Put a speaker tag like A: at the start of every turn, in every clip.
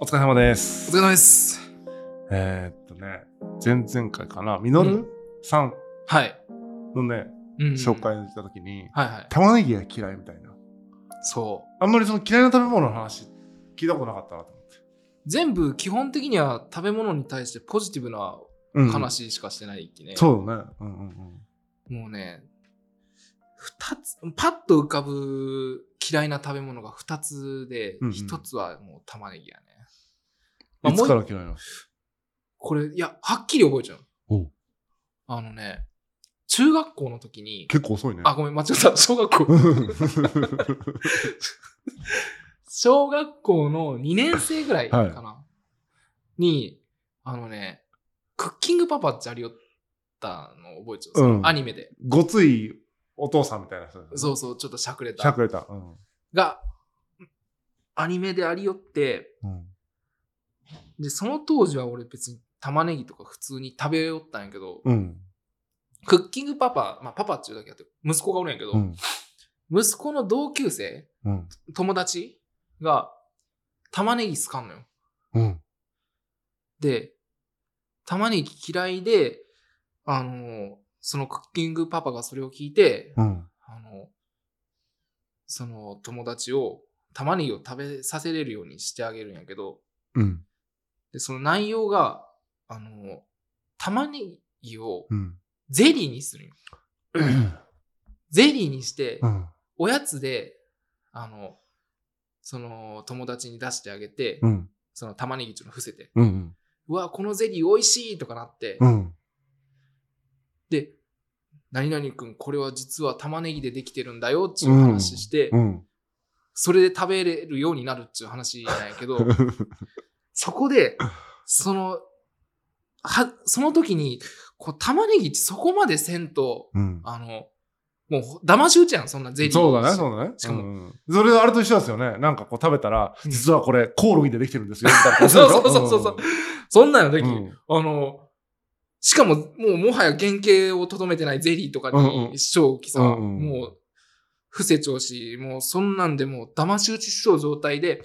A: お疲れ様です。
B: お疲れ様です。
A: えーっとね、前々回かな、ミノ
B: う
A: ルさん
B: はい。
A: のね、
B: うん
A: 紹。介した時に、
B: はいはい。
A: 玉ねぎが嫌いみたいな。
B: そ
A: あんまりその嫌いな食べ物の話、聞いたことなかったなと思って。
B: う。全部基本的には食べ物に対してポジティブな
A: うん
B: 話しかしてないきね。
A: そうだね。うんうんうん。
B: もうね、二つ、パッと浮かぶ嫌いな食べ物が二つで
A: うんう、ん
B: 一つはもう玉ねぎやね。まあ
A: い
B: もう
A: つから嫌いなの
B: これ、いや、はっきり覚えちゃう。
A: おう
B: あのね、中学校の時に、
A: 結構遅いね。
B: あ、ごめん、間違った。小学校
A: う。ん
B: 小学校の2年生ぐらいかな、に、あのね、クッキングパパってありよったの覚えちゃう、
A: うん
B: そのアニメで。
A: ごついお父さんみたいな人だよね。
B: そうそう、ちょっとしゃくれ
A: しゃ
B: た。
A: くれた。うん
B: が、アニメでありよって、
A: うん。
B: で、その当時は俺別に玉ねぎとか普通に食べよったんやけど、
A: うん。
B: クッキングパパ、まあパパっていうだけあって、息子がおるんやけど、
A: うん。
B: 息子の同級生、
A: うん。
B: 友達が玉ねぎ好かんのよ。
A: うん。
B: で、玉ねぎ嫌いで、あのーそのクッキングパパがそれを聞いて、
A: うん。
B: あのその友達を玉ねぎを食べさせれるようにしてあげるんやけど、
A: うん。
B: で、その内容が、あのー玉ねぎを
A: うん。
B: ゼリーにするんよ。ゼリーにして
A: う、ん。
B: おやつで、あの、その友達に出してあげて、
A: うん。
B: その玉ねぎちょっと伏せて、
A: うん。
B: うわ、このゼリー美味しいとかなって、
A: うん。
B: で、何々くん、これは実は玉ねぎでできてるんだよっていう話して、
A: うん。
B: それで食べれるようになるっていう話なんや けど、そこで、その、は、その時に、こう、玉ねぎってそこまでせんと、
A: うん。
B: あの、もう、騙し打ちやん、そんなゼリー。
A: そうだね、そうだね。
B: しかも
A: うんそれあれと一緒ですよね。なんかこう食べたら、
B: うん
A: 実はこれコオロギでできてるんです よ。みたいな
B: そうそうそうそうそう。そんなの時、
A: うん
B: あの、しかも、もう、もはや原型をとどめてないゼリーとか
A: うんうん
B: に、正気さ、
A: うんうん
B: もう、伏せちゃうし、もう、そんなんでもう、騙し討ちしそう状態で、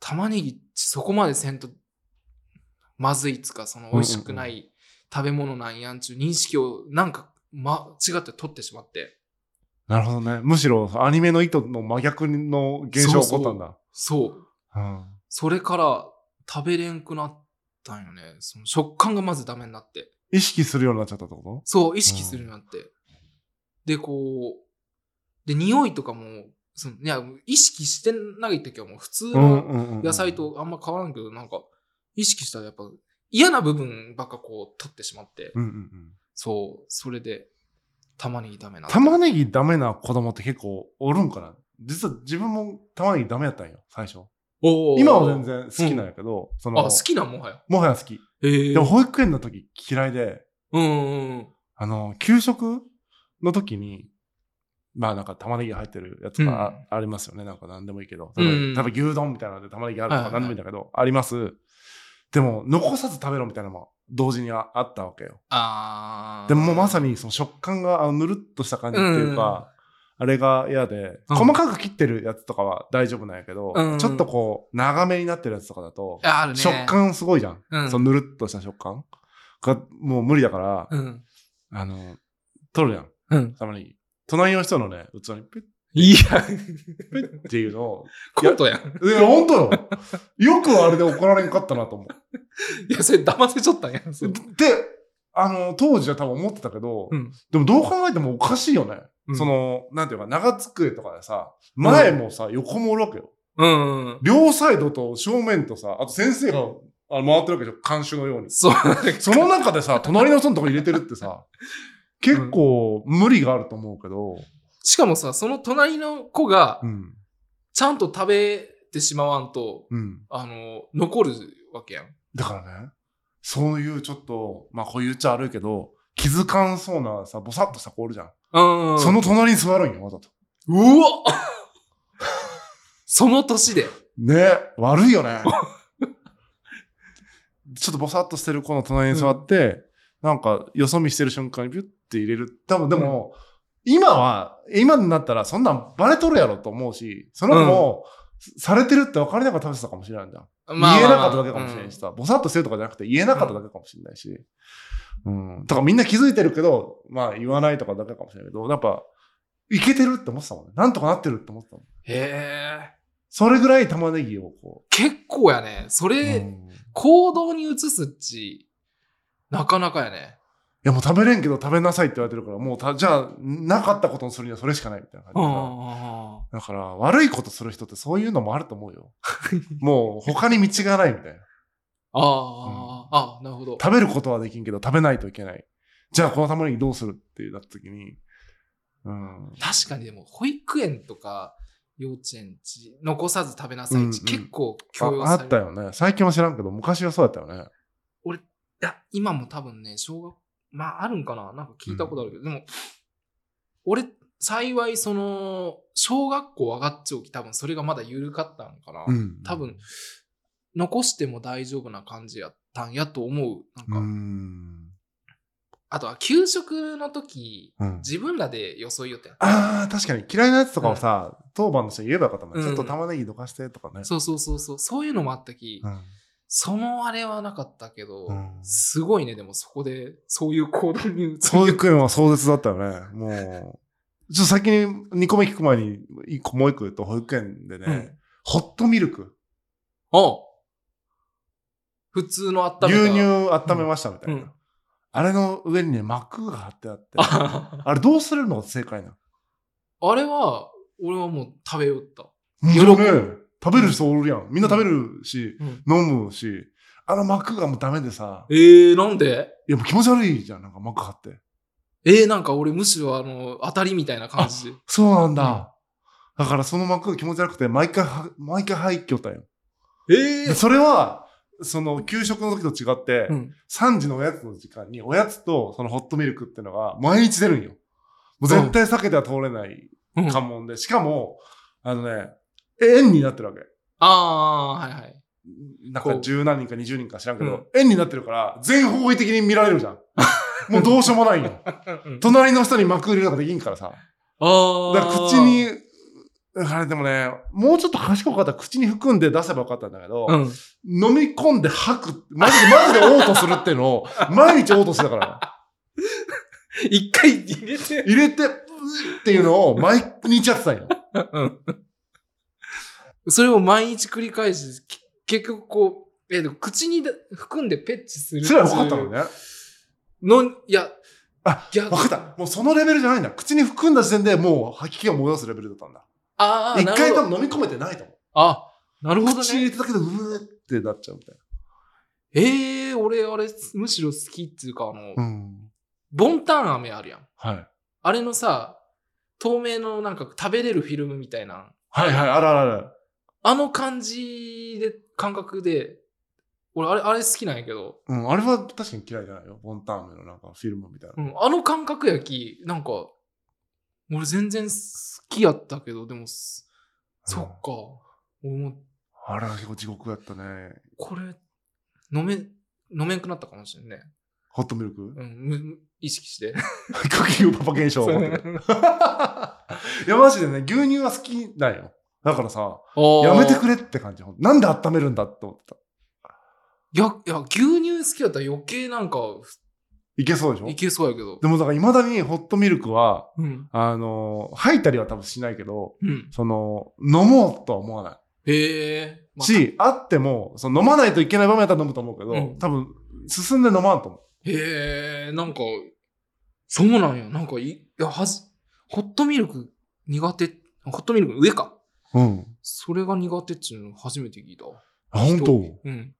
B: 玉ねぎ、そこまでせんと、まずいっつか、その、美味しくない食べ物なんやんちゅう認識を、なんか、ま、違って取ってしまって、
A: なるほどね。むしろアニメの意図の真逆の現象が起こったんだ。
B: そう。
A: うん
B: それから、食べれんくなったんよね。その、食感がまずダメになって。
A: 意識するようになっちゃったってこ
B: そう、意識するようになって。で、こう、で、匂いとかも、そのいや意識してない時はもう普通
A: と
B: の
A: うんうんうん
B: 野菜とあんま変わらんけど、なんか、意識したらやっぱ嫌な部分ばっかこう取ってしまって、
A: うんうんうん
B: そう、それで、玉ねぎダメな。
A: 玉ねぎダメな子供って結構おるんかな実は自分も玉ねぎダメやったんよ、最初。
B: おー
A: 今は全。然好きなんやけど、そ
B: あ、
A: の
B: 好、きなんもはや。
A: もはや好き。
B: へえ。
A: でも保育園の時嫌いで、
B: うんうんうん。
A: あの、給食の時に、まあなんか玉ねぎ入ってるやつがあありますよね。なんか何でもいいけど。多
B: うん
A: 分多分牛丼みたいなので玉ねぎあると
B: は
A: か
B: いはいは
A: 何
B: い
A: でもいいんだけど、あります。でも、残さず食べろみたいなのも同時にああったわけよ。
B: あー
A: でももうまさにその食感があのぬるっとした感じっていうか、あれが嫌で、
B: うん
A: 細かく切ってるやつとかは大丈夫なんやけど、
B: うん
A: ちょっとこう、長めになってるやつとかだと、
B: あるね。
A: 食感すごいじゃん。
B: うん
A: そのぬるっとした食感がもう無理だから、
B: うん。
A: あの、取るやん。
B: うん。
A: たまに、隣の人のね、器にピッ
B: いや、
A: っていうのを、
B: コントやん。
A: いや、ほんとよ。よくあれで怒られんかったなと思 う。
B: いや、それ騙せちゃったんや。それ
A: で、あの、当時は多分思ってたけど、
B: うん。
A: でもどう考えてもおかしいよね。
B: うん
A: その、なんていうか、長机とかでさ、前もさ、横もおるわけよ。
B: うんうん。
A: 両サイドと正面とさ、あと先生があの回ってるわけでしょ、監修のように。
B: そう。
A: その中でさ、隣の人のとこ入れてるってさ、結構無理があると思うけど、
B: しかもさ、その隣の子が
A: う、ん、
B: ちゃんと食べてしまわんと、
A: うん。
B: あの、残るわけやん。
A: だからね、そういうちょっと、まあこう言っちゃ悪いけど、気づかんそうなさ、ぼさっとした子おるじゃん。
B: うん
A: その、隣に座るんよ、わざと。
B: うわ その年で。
A: ね、悪いよ ね。ちょっとぼさっとしてる子の隣に座って、なんか、よそ見してる瞬間にビュッて入れる。多分でも、今は、今になったらそんなんバレとるやろと思うし、その子も、されてるって分かりながら食べてたかもしれないんだ。
B: まあ
A: 言え
B: ま
A: な
B: あま
A: か
B: あ
A: っただけかもしれないしさ、ぼさっとしてるとかじゃなくて言えなかっただけかもしれないし、うん。とかみんな気づいてるけど、まあ言わないとかだけかもしれないけど、やっぱ、いけてるって思ってたもんね。なんとかなってるって思ってたもん。
B: へえ。
A: それぐらい玉ねぎをこ。
B: 結構やね。そうれ、
A: うん
B: 行動に移すっち、なかなかやね。
A: いやもう食べれんけど食べなさいって言われてるから、もうた、じゃあ、なかったことにするにはそれしかないみたいな感じ
B: う
A: で
B: んう
A: さ
B: んうん。
A: だから、悪いことする人ってそういうのもあると思う よ。もう、他に道がないみたいな。
B: ああ、あ、なるほど。
A: 食べることはできんけど、食べないといけない。じゃあ、この玉ねぎどうするってなった時に、うん。
B: 確かにでも、保育園とか、幼稚園ち、残さず食べなさいち、
A: うんうん
B: 結構強要
A: ああ
B: される。
A: ったよね。最近は知らんけど、昔はそうだったよね。
B: いや、今も多分ね、小学、まああるんかななんか聞いたことあるけど、でも、俺、幸いその、小学校上がっちょき多分それがまだ緩かったのかな、
A: うん。
B: 多分、残しても大丈夫な感じやったんやと思う。なん
A: う
B: か、
A: ん。
B: あとは給食の時、
A: うん。
B: 自分らでよそいよって。
A: ああ、確かに嫌いなやつとかをさ、当番の人に言えばよかったもんね。
B: うん
A: ちょっと玉ねぎどかしてとかね。
B: そうそうそうそう、そういうのもあったき、
A: うん。
B: そのあれはなかったけど、
A: うん
B: すごいね、でもそこで、そういう行動に移る
A: そういう訓は壮絶だったよね。もう。 ちょっと先に2個目聞く前に、一個もう一個言うと、保育園でね、
B: うん
A: ホットミルク、
B: お普通の温めた
A: 牛乳温めましたみたいな。
B: うん
A: あれの上にね、膜が張ってあって、
B: あ
A: あれどうするのが正解なの
B: あれは、俺はもう食べよった。
A: 喜
B: 喜
A: ぶ
B: ぶ
A: 食べる人おるやん。みんな食べるし、
B: うん
A: 飲むし、あの膜がもうダメでさ、
B: えー、なんで
A: いやもう気持ち悪いじゃん、なんか膜張って。
B: えー、なんか俺むしろあの、当たりみたいな感 じで。
A: そうなんだ。だからその膜が気持ち悪くて、毎回は、毎回入っきょったんよ。
B: え
A: でそれは、その、給食の時と違って、
B: うん、
A: 3時のおやつの時間に、おやつとそのホットミルクっていうのが毎日出るんよ。もう絶対避けては通れない
B: うん、
A: 関門で、しかも、あのね、円になってるわけ。
B: あー、はいはい。
A: なんか
B: こう
A: 十何人か20人か知らんけど、
B: うん
A: 円になってるから、全方位的に見られるじゃん。もうどうしようもないよ。隣の人に幕入れとかできんからさ。だ
B: あー。
A: から口に、あれでもね、もうちょっと賢かったら口に含んで出せばよかったんだけど、
B: うん。
A: 飲み込んで吐く、マジで、マジで嘔吐するっていうのを、 毎日嘔吐してたから。
B: 一回入れて。
A: 入れて、うーっていうのを毎日やってたんよ。
B: それを毎日繰り返し、き結局こう、えーでも口にだ含んでペッチする
A: それは分かったのね。
B: のいや、
A: あ、
B: 逆
A: 分かった。もうそのレベルじゃないんだ。口に含んだ時点でもう吐き気を戻すレベルだったんだ。
B: あー、
A: 一
B: なる
A: 回
B: ほ
A: 多
B: ど。
A: 分飲み込めてないと思う。
B: あ、なるほど
A: 口に入
B: ね。
A: れただけでうーってなっちゃうみたい
B: えー、俺、あれ、むしろ好きっていうか、あ
A: な。
B: の、
A: うん。
B: ボンタン飴あるやん。
A: はい。
B: あれのさ、透明のなんか食べれるフィルムみたいな、
A: はいはい、あらあらあら。
B: あの感じで、感覚で、俺、あれ、あれ好きなんやけど、
A: うん、あれは確かに嫌いじゃないよ。ボンタンメのなんかフィルムみたいな。
B: うん、あの感覚やき、なんか、俺全然好きやったけど、でもす、そっか、俺も、
A: あれは結構地獄やったね。
B: これ、飲め、飲めんくなったかもしれんね。
A: ホットミルク
B: うん、むむ意識して。
A: クッキングパパ現象。 いや、マジでね、牛乳は好きだよ。だからさ、やめてく
B: れ。
A: れって感じ。なんで温めるんだって思ってた。
B: いや、いや、牛乳好きだったら余計なんか、
A: いけそうでしょ
B: いけそうやけど。
A: でもだから未だにホットミルクは、
B: うん。
A: あの、吐いたりは多分しないけど、
B: うん。
A: その、飲もうとは思わない。
B: へえ。まあ
A: し、あっても、その飲まないといけない場面だったら飲むと思うけど、
B: うん
A: 多分、進んで飲まんと思う。
B: へえ、なんか、そうなんや。なんかい、いや、はじ、ホットミルク苦手、ホットミルクの上か。
A: うん。
B: それが苦手っていうの初めて聞いたわ。
A: あ、本当も
B: うん。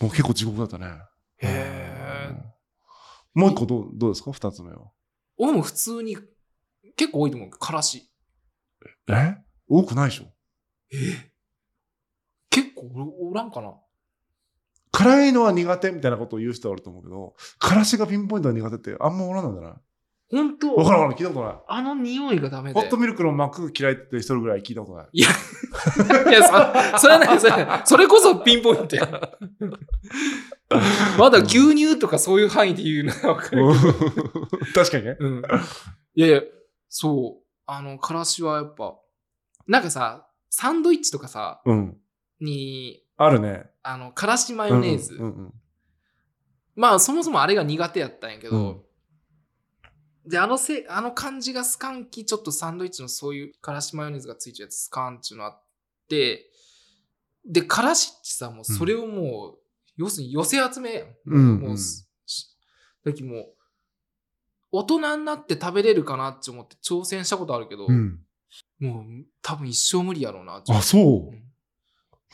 A: う結構地獄だったね。
B: へえ
A: うん。もう一個どう、どうですか二つ目は。
B: 俺も普通に、結構多いと思うけど、からし。
A: え多くないでしょ
B: 結構おおらんかな。
A: 辛いのは苦手みたいなことを言う人はあると思うけど、辛子がピンポイントは苦手ってあんまおらんのじゃない
B: 本当
A: わからんわからん、聞いたことない。
B: あの匂いがダメで。
A: ホットミルクの膜嫌いって人ぐらい聞いたことない。
B: いや、そそれはない、それはないそれこそピンポイントや。 まだ牛乳とかそういう範囲で言うのはわかるけど。
A: 確かにね。
B: うん。いやいや、そう。あの、からしはやっぱ、なんかさ、サンドイッチとかさ、
A: うん。
B: に、
A: あるね。
B: あの、からしマヨネーズ。
A: うんうんうん
B: まあ、そもそもあれが苦手やったんやけ
A: う
B: ど、
A: ん
B: で、あのせ、あの感じがスカンキ、ちょっとサンドイッチのそういうからしマヨネーズがついちゃうやつ、スカンっていうのあって、で、からしってさ、もうそれをもう、要するに寄せ集めやん。
A: うん
B: も
A: うん
B: うす、しだきもう、大人になって食べれるかなって思って挑戦したことあるけど、
A: うん。
B: もう多分一生無理やろうな。
A: あ、そう
B: うん
A: う。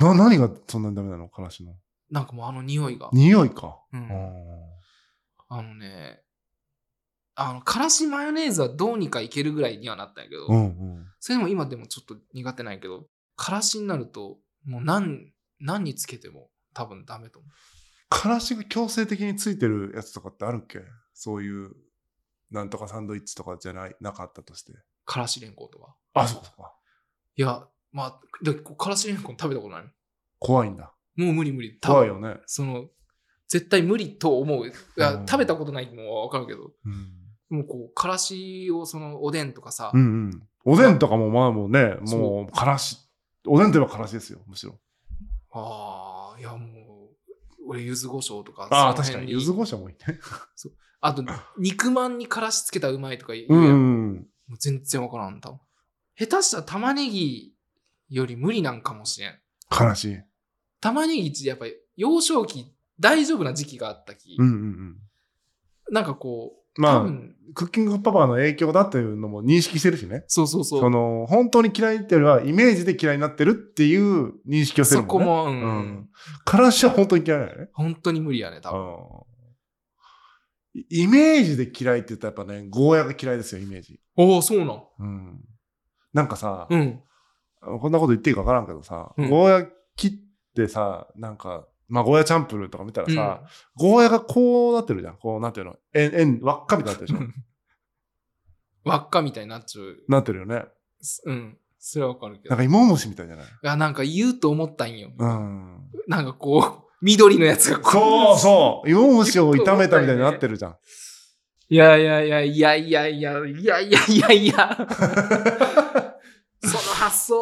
A: な、何がそんなにダメなのからしの。
B: なんかもうあの匂いが。
A: 匂いか。
B: う
A: あ
B: ん
A: ー
B: あのね、あの、からしマヨネーズはどうにかいけるぐらいにはなったんやけど、
A: うんうん。
B: それでも今でもちょっと苦手なんやけど、からしになると、もう何、何につけても多分ダメと思う。
A: からしが強制的についてるやつとかってあるっけそういう、なんとかサンドイッチとかじゃない、なかったとして。
B: からしれんこんとか。
A: あ、そうかそうか。
B: いや、まあ、だからしれんこん食べたことない
A: 怖いんだ。
B: もう無理無理。多分
A: 怖いよね。
B: その、絶対無理と思う。いや
A: うん
B: 食べたことないのはわかるけど、
A: うん。
B: もうこう、からしをその、おでんとかさ、
A: うんうん。おでんとかもまあもうね、
B: そう
A: もう、からし。おでんといえばからしですよ、むしろ。
B: ああ、いやもう、俺、柚子胡椒とか、
A: ああ、
B: その
A: 確か
B: 辺
A: に。柚子胡椒もいいね。
B: あと、肉まんにからしつけたらうまいとか言う
A: う
B: や
A: ん
B: ん。
A: うん。
B: もう全然わからんと。下手したら玉ねぎより無理なんかもしれん。
A: からし。
B: 玉ねぎってやっぱり幼少期大丈夫な時期があったき、
A: うんうんうん。
B: なんかこう、
A: まあ
B: 多分
A: クッキングパパの影響だというのも認識してるしね。
B: そうそうそう。
A: その、本当に嫌いっていうよりは、イメージで嫌いになってるっていう認識をしてるもん
B: そ
A: ね。
B: こも、うん
A: うん。からしは本当に嫌いだよね。
B: 本当に無理やね、多分。
A: うんイイメージで嫌いって言ったらやっぱね、ゴーヤが嫌いですよ、イメージ。
B: おお、そうなん。
A: うん。なんかさ、
B: うん。
A: こんなこと言っていいか分からんけどさ、
B: うん
A: ゴーヤ切ってさ、なんか、まあゴーヤチャンプルーとか見たらさ、ゴーヤがこうなってるじゃん。こうなってるの。円、円、輪っかみたいになってるでし
B: うん輪っかみたいになっちゃう。
A: ょ。なってるよね。
B: すうん。それはわかるけ
A: な
B: ど。
A: ん
B: い
A: か芋虫みたいじゃない
B: や、なんか言うと思ったんよ。
A: うん。
B: なんかこう、 緑のやつがこ
A: そうそう芋虫を炒めたみたいになってるじゃん。
B: いやいやいやいやいやいやいやいやいや いや。その発想、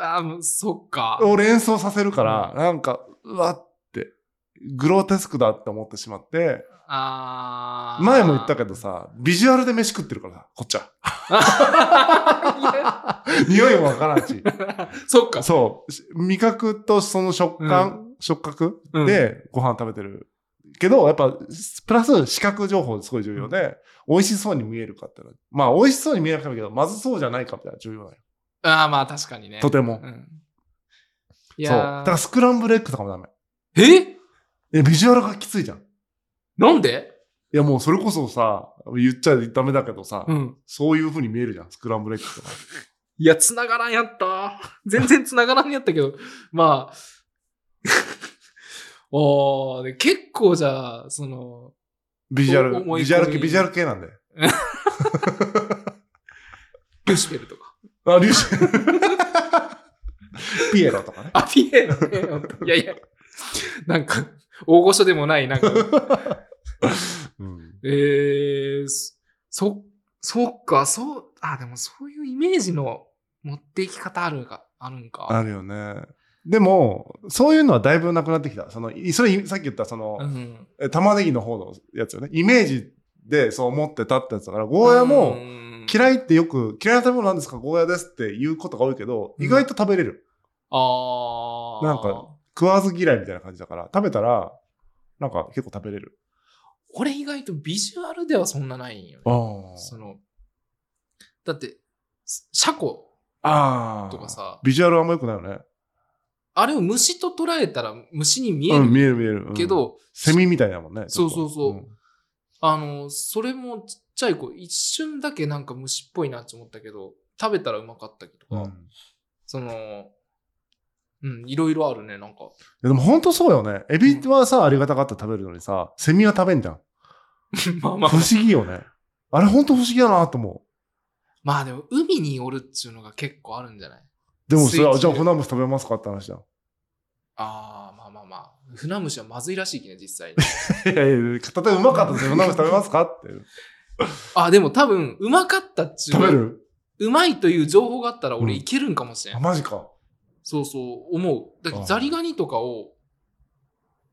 B: あ、もうそっか。
A: を連想させるから、なんか、うわって、グロテスクだって思ってしまって、
B: あー
A: 前も言ったけどさ、ビジュアルで飯食ってるからさ、こっち は。匂いもわからんし。
B: そっ か。
A: そう。し味覚とその食感、触覚
B: うん、
A: でご飯食べてる。けど、やっぱ、プラス視覚情報すごい重要で、美味しそうに見えるかってのはまあ、美味しそうに見えなくてもいいけど、まずそうじゃないかみたいな重要なのよ。
B: あーまあ確かにね。
A: とても
B: う。ん、い
A: そう。だ
B: や
A: から
B: ー
A: スクランブルエッグとかもダメ。
B: え
A: え、ビジュアルがきついじゃん。い
B: なんで
A: や、もうそれこそさ、言っちゃダメだけどさ、
B: うん。
A: そういう風に見えるじゃん、スクランブルエッグとか。
B: いや、繋がらんやった。全然繋がらんやったけど、まあ。 おーで結構じゃあ、その、
A: ビジュア
B: お
A: ル、
B: 思
A: ビ
B: い込み
A: ジュアル系、ビジュアル系なんで。
B: リュシュベルとか。
A: あ、リュウシ ピエロとか ね。
B: あ、ピエロね。いやいや。なんか、大御所でもない、なんか。
A: うん。
B: えー、そ、そっか、そう、あ、でもそういうイメージの持っていき方あるんか、あるん
A: あ
B: か。
A: るよね。でも、そういうのはだいぶなくなってきた。その、いそれ、さっき言った、その
B: う、ん。
A: え玉ねぎの方のやつよね。イメージでそう思ってたってやつだから、ゴーヤも、
B: い。
A: 嫌いってよく、嫌いな食べ物なんですかゴーヤですって言うことが多いけど、
B: うん
A: 意外と食べれる。
B: あー
A: なんか、食わず嫌いみたいな感じだから、食べたら、なんか結構食べれる。
B: 俺意外とビジュアルではそんなないんよね。
A: あ
B: その、だって、シャコ
A: ああ。
B: とかさ、
A: ビジュアルあんま良くないよね。
B: あれを虫と捉えたら虫に見え
A: うん、
B: る
A: 見える見える。うん
B: けど、
A: セミみたいだもんね。
B: そう
A: ちょっと
B: そうそうあの、それもちっちゃい子、一瞬だけなんか虫っぽいなって思ったけど、食べたらうまかったりと
A: う
B: か、
A: んうん
B: その、うん、いろいろある ね、なん
A: い
B: か。
A: やでも本当そうよね。エビはさ、ありがたかったら食べるのにさ、セミは食べんじゃん。
B: まあまあ
A: 不、思議よね。あれ本当不思議だなと思。
B: まあでも、海におるっちゅうのが結構あるんじゃないう
A: でもそれは、
B: 水中
A: じゃあフナムシ食べますかって話じゃん。
B: ああ、まあまあまあ。船虫はまずいらしいけどね、実際 に。
A: いやいや、例えばうまかったですよ。フナムシ食べますかって。
B: あ、でも多分、うまかったっちゅう
A: 食べる
B: ううまいという情報があったら
A: う
B: 俺
A: ん
B: いけるんかもしれん。
A: あ、マジか。
B: そうそう、思う。だって
A: あ
B: ザリガニとかを、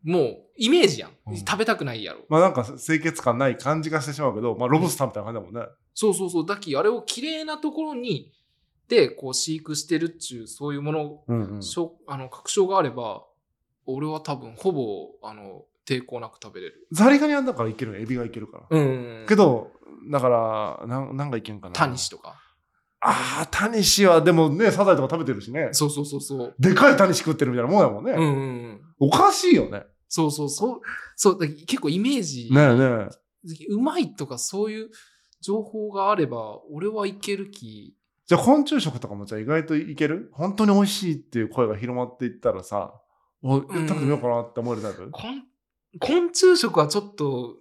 B: もう、イメージやん
A: う。ん
B: 食べたくないやろ。
A: まあなんか清潔感ない感じがしてしまうけど、まあロブスターみたいな感じだもんね。
B: そうそうそう。だき、あれを綺麗なところに、で、こう、飼育してるっちゅう、そういうもの、
A: うんうん
B: しょあの、確証があれば、俺は多分、ほぼ、あの、抵抗なく食べれる。
A: ザリガニはだからいけるよエビがいけるから。
B: うん。
A: け、ど、だから、なん、なんかいけんかな。
B: タニシとか。
A: ああ、タニシは、でもね、サザエとか食べてるしね。
B: そうそうそうそう。
A: でかいタニシ食ってるみたいなもんやもんね。
B: うんうんうん。
A: おかしいよね。
B: そうそうそう。そう、だき結構イメージ、
A: ねえねえ。
B: うまいとかそういう情報があれば、俺はいけるき。
A: じゃあ昆虫食とかもじゃあ意外といける本当に美味しいっていう声が広まっていったらさ、お食べてみようかなって思えるタイプ、
B: こん昆虫食はちょっと、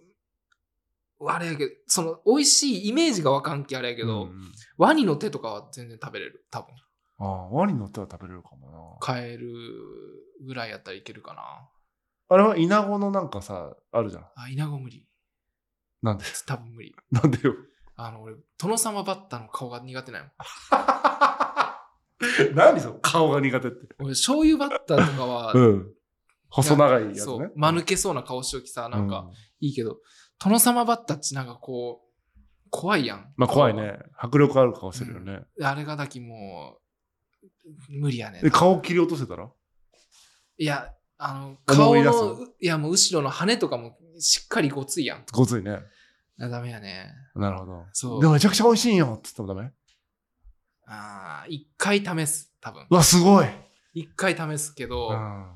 B: あれやけど、その、美味しいイメージがわかんきあれやけど、
A: うんうん
B: ワニの手とかは全然食べれる。多分。
A: ああ、ワニの手は食べれるかもな。
B: カエルぐらいやったらいけるかな。
A: あれはイナゴのなんかさ、あるじゃん。
B: あ、イナゴ無理。
A: なんで
B: 多分無理。
A: なんでよ。
B: あの、俺、殿様バッタの顔が苦手なんよ。
A: 何その顔が苦手って。
B: 俺、醤油バッタとかは、
A: うん。細長いやつ
B: そ
A: ね
B: う、。間抜けそうな顔しときさ、なんか、
A: う
B: いいけど、殿様バッタっちなんかこう、怖いやん。
A: まあ怖い。ね。迫力ある顔してるよね。
B: あれがだきもう、無理やねん
A: で、。顔切り落とせたら
B: いや、あの、
A: 思
B: 顔
A: い出す
B: の、いやもう後ろの羽とかもしっかりごついやん。
A: ごついね。
B: あダメやね。
A: なるほど。
B: そう
A: でもめちゃくちゃ美味しいよって言ってもダメ
B: ああ、一回試す、多分
A: う。わ、すごい、
B: 一回試すけど、
A: うん、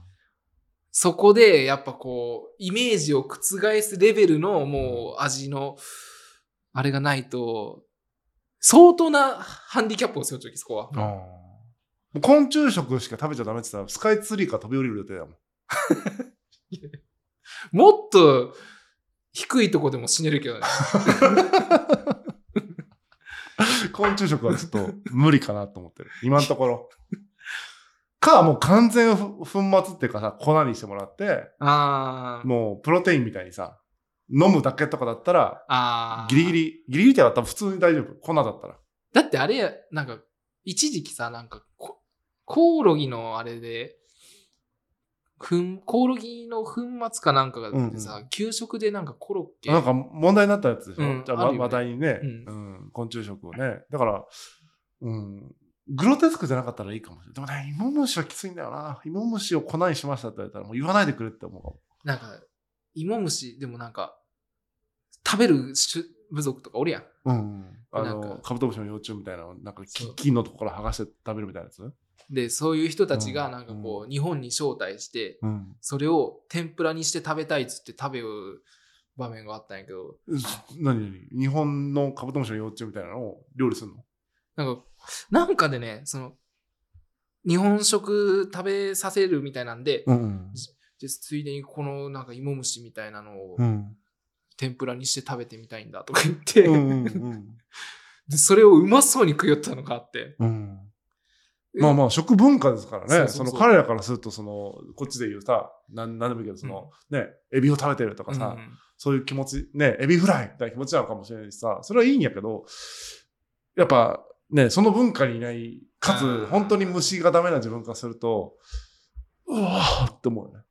B: そこでやっぱこう、イメージを覆すレベルのもう味の、あれがないと、相当なハンディキャップを背負っちゃうき、そこは。
A: うん昆虫食しか食べちゃダメって言ったら、スカイツリーから飛び降りる予定だもん。
B: もっと低いとこでも死ねる けどね。
A: 昆虫食はちょっと無理かなと思ってる。今のところ。 か、もう完全ふ粉末っていうかさ、粉にしてもらって、
B: あー
A: もうプロテインみたいにさ、飲むだけとかだったら、
B: あー。
A: ギリギリ、ギリギリってやったら普通に大丈夫。粉だったら。
B: だってあれや、なんか、一時期さ、なんかこ、コオロギのあれで、ふん、コオロギの粉末かなんかがあってさ、
A: うん
B: 給食でなんかコロッケ。
A: なんか問題になったやつでしょ、
B: うん
A: じゃあ、
B: あ
A: ま
B: るよね
A: 話題にね、う
B: うん
A: 昆虫食をね。だから、うん、グロテスクじゃなかったらいいかもしれない。でもね、芋虫はきついんだよな。芋虫を粉にしましたって言われたら、もう言わないでくれって思うかも。
B: なんか、芋虫、でもなんか、食べる種部族とかおるやん。
A: うん、あ
B: なん
A: の
B: か
A: カブトムシの幼虫みたいなのなんか
B: そう
A: 木のところ剥がして食べるみたいなやつ、
B: で、そういう人たちがなんかこう、日本に招待して、
A: うん、
B: それを天ぷらにして食べたいっつって食べる場面があったんやけど、
A: 何何日本のカブトムシの幼虫みたいなのを料理するの
B: なんか、なんかでね、その、日本食食べさせるみたいなんで、
A: うん
B: でついでにこのなんか芋虫みたいなのを
A: うん
B: 天ぷらにして食べてみたいんだとか言って、
A: うんうん うん
B: でそれをうまそうに食いよったのがあって、
A: うんまあまあ食文化ですからね
B: そう
A: そ
B: そうそう
A: の彼らからするとそのこっちで言うさなんなんでもいいけどその、ねエビを食べてるとかさ、
B: うん
A: そういう気持ちねエビフライみたいな気持ちなのかもしれないしさそれはいいんやけどやっぱねその文化にいないか
B: あ
A: つ
B: ー
A: 本当に虫がダメな自分からするとうわーって思うよね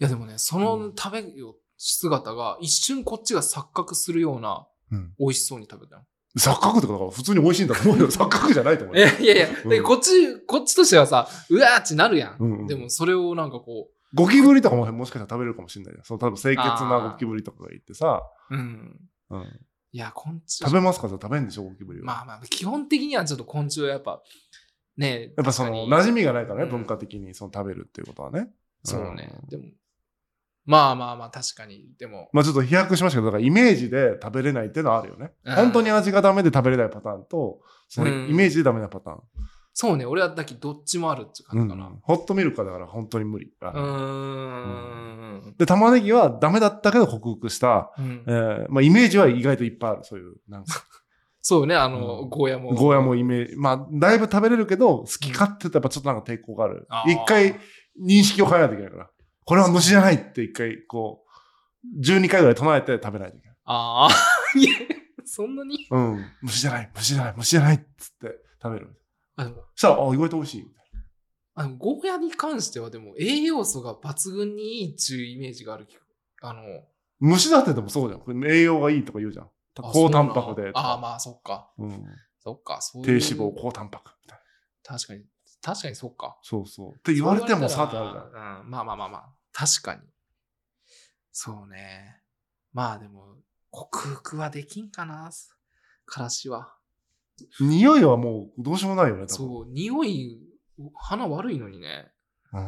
B: いやでもね、その食べよ姿が一瞬こっちが錯覚するような
A: うん
B: 美味しそうに食べたの。
A: 錯覚とかだから普通に美味しいんだと思う よ。錯覚じゃないと思うよ。
B: いやいや、で
A: うん
B: こっち、こっちとしてはさ、うわーってなるやん。
A: うんうん
B: でもそれをなんかこ
A: ゴキブリとかももしかしたら食べれるかもしれないじゃん。その多分清潔なゴキブリとかがいてさ、
B: う、うん。
A: うん、
B: いや、昆虫。
A: 食べますかじゃあ食べんでしょ、ゴキブリは。
B: まあまあ、基本的にはちょっと昆虫はやっぱ、ね
A: やっぱその
B: 確か
A: 馴
B: に
A: 染みがないからね、
B: うん
A: 文化的にその食べるっていうことはね。
B: そうね。でも、まあまあまあ、確かに。でも、
A: まあちょっと飛躍しましたけど、だからイメージで食べれないっていうのはあるよね。
B: うん
A: 本当に味がダメで食べれないパターンと、その
B: うん
A: イメージでダメなパターン。
B: そうね、俺はだけどっちもあるって
A: う
B: 感
A: ん
B: じかな。
A: ホットミルクはだから本当に無理。
B: うーん。
A: で、玉ねぎはダメだったけど克服した、
B: うん
A: えーまあイメージは意外といっぱいある。そういう、なんか
B: そうね、あの、
A: うん
B: ゴーヤも。
A: ゴーヤもイメージ、まあ、だいぶ食べれるけど、好き勝手ってやっぱちょっとなんか抵抗がある
B: あ。ー
A: 一回認識を変えないといけないから。これは虫じゃないって一回こう、12回ぐらい唱えて食べないといけない。
B: ああ、いや、そんなに
A: うん。虫じゃない、虫じゃない、虫じゃないっつって食べる。
B: あでも
A: そしたら、あ、意外と美味しい。
B: あのゴーヤに関してはでも栄養素が抜群にいいっていうイメージがあるけどあの
A: 虫だってでもそうじゃん。これ栄養がいいとか言うじゃん。
B: あ
A: 高タンパク
B: そうな
A: で
B: の
A: と
B: ああ
A: か。
B: まあそっか
A: うん
B: そっかそういう
A: 低脂肪、高タンパクみたいな。
B: 確かに確かにそっか
A: そうそう。って言われてもさ、って
B: そ
A: な
B: う言
A: るじ
B: わ
A: ゃ
B: れ
A: ん。
B: たらうんまあまあまあまあ確かにそうねまあでも克服はできんかなからしは
A: 匂いはもうどうしようもないよね、多分。
B: そう匂い鼻悪いのにね
A: うん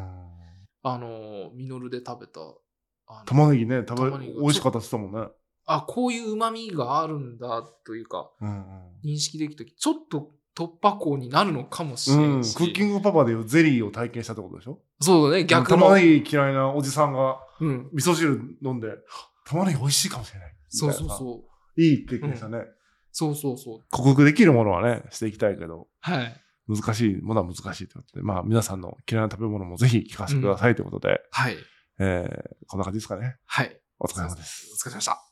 B: あのミノルで食べたあの
A: 玉ねぎね、食
B: 玉
A: べ
B: ねぎ
A: 美味しかったって言ってたもんね。
B: あこういううまみがあるんだというか
A: うんうん
B: 認識できた時ちょっと突破口になるのかもしれ
A: うん、
B: ん
A: ク
B: し、
A: ッキングパパでいうゼリーを体験したってことでしょ
B: そうだね逆の
A: 玉、ねぎ嫌いなおじさんが
B: うん、
A: 味噌汁飲んで、玉ねぎ美味しいかもしれない。
B: そうそう
A: う。
B: そう
A: いい経験でしたね。
B: そうそうそう
A: 克服できるものはね、していきたいけど、
B: はい
A: 難しいものは難しいということで、まあ皆さんの嫌いな食べ物もぜひ聞かせてくださいということで、
B: はい
A: えー、こんな感じですかね。
B: はい
A: お疲れ様です。
B: お疲れ様でした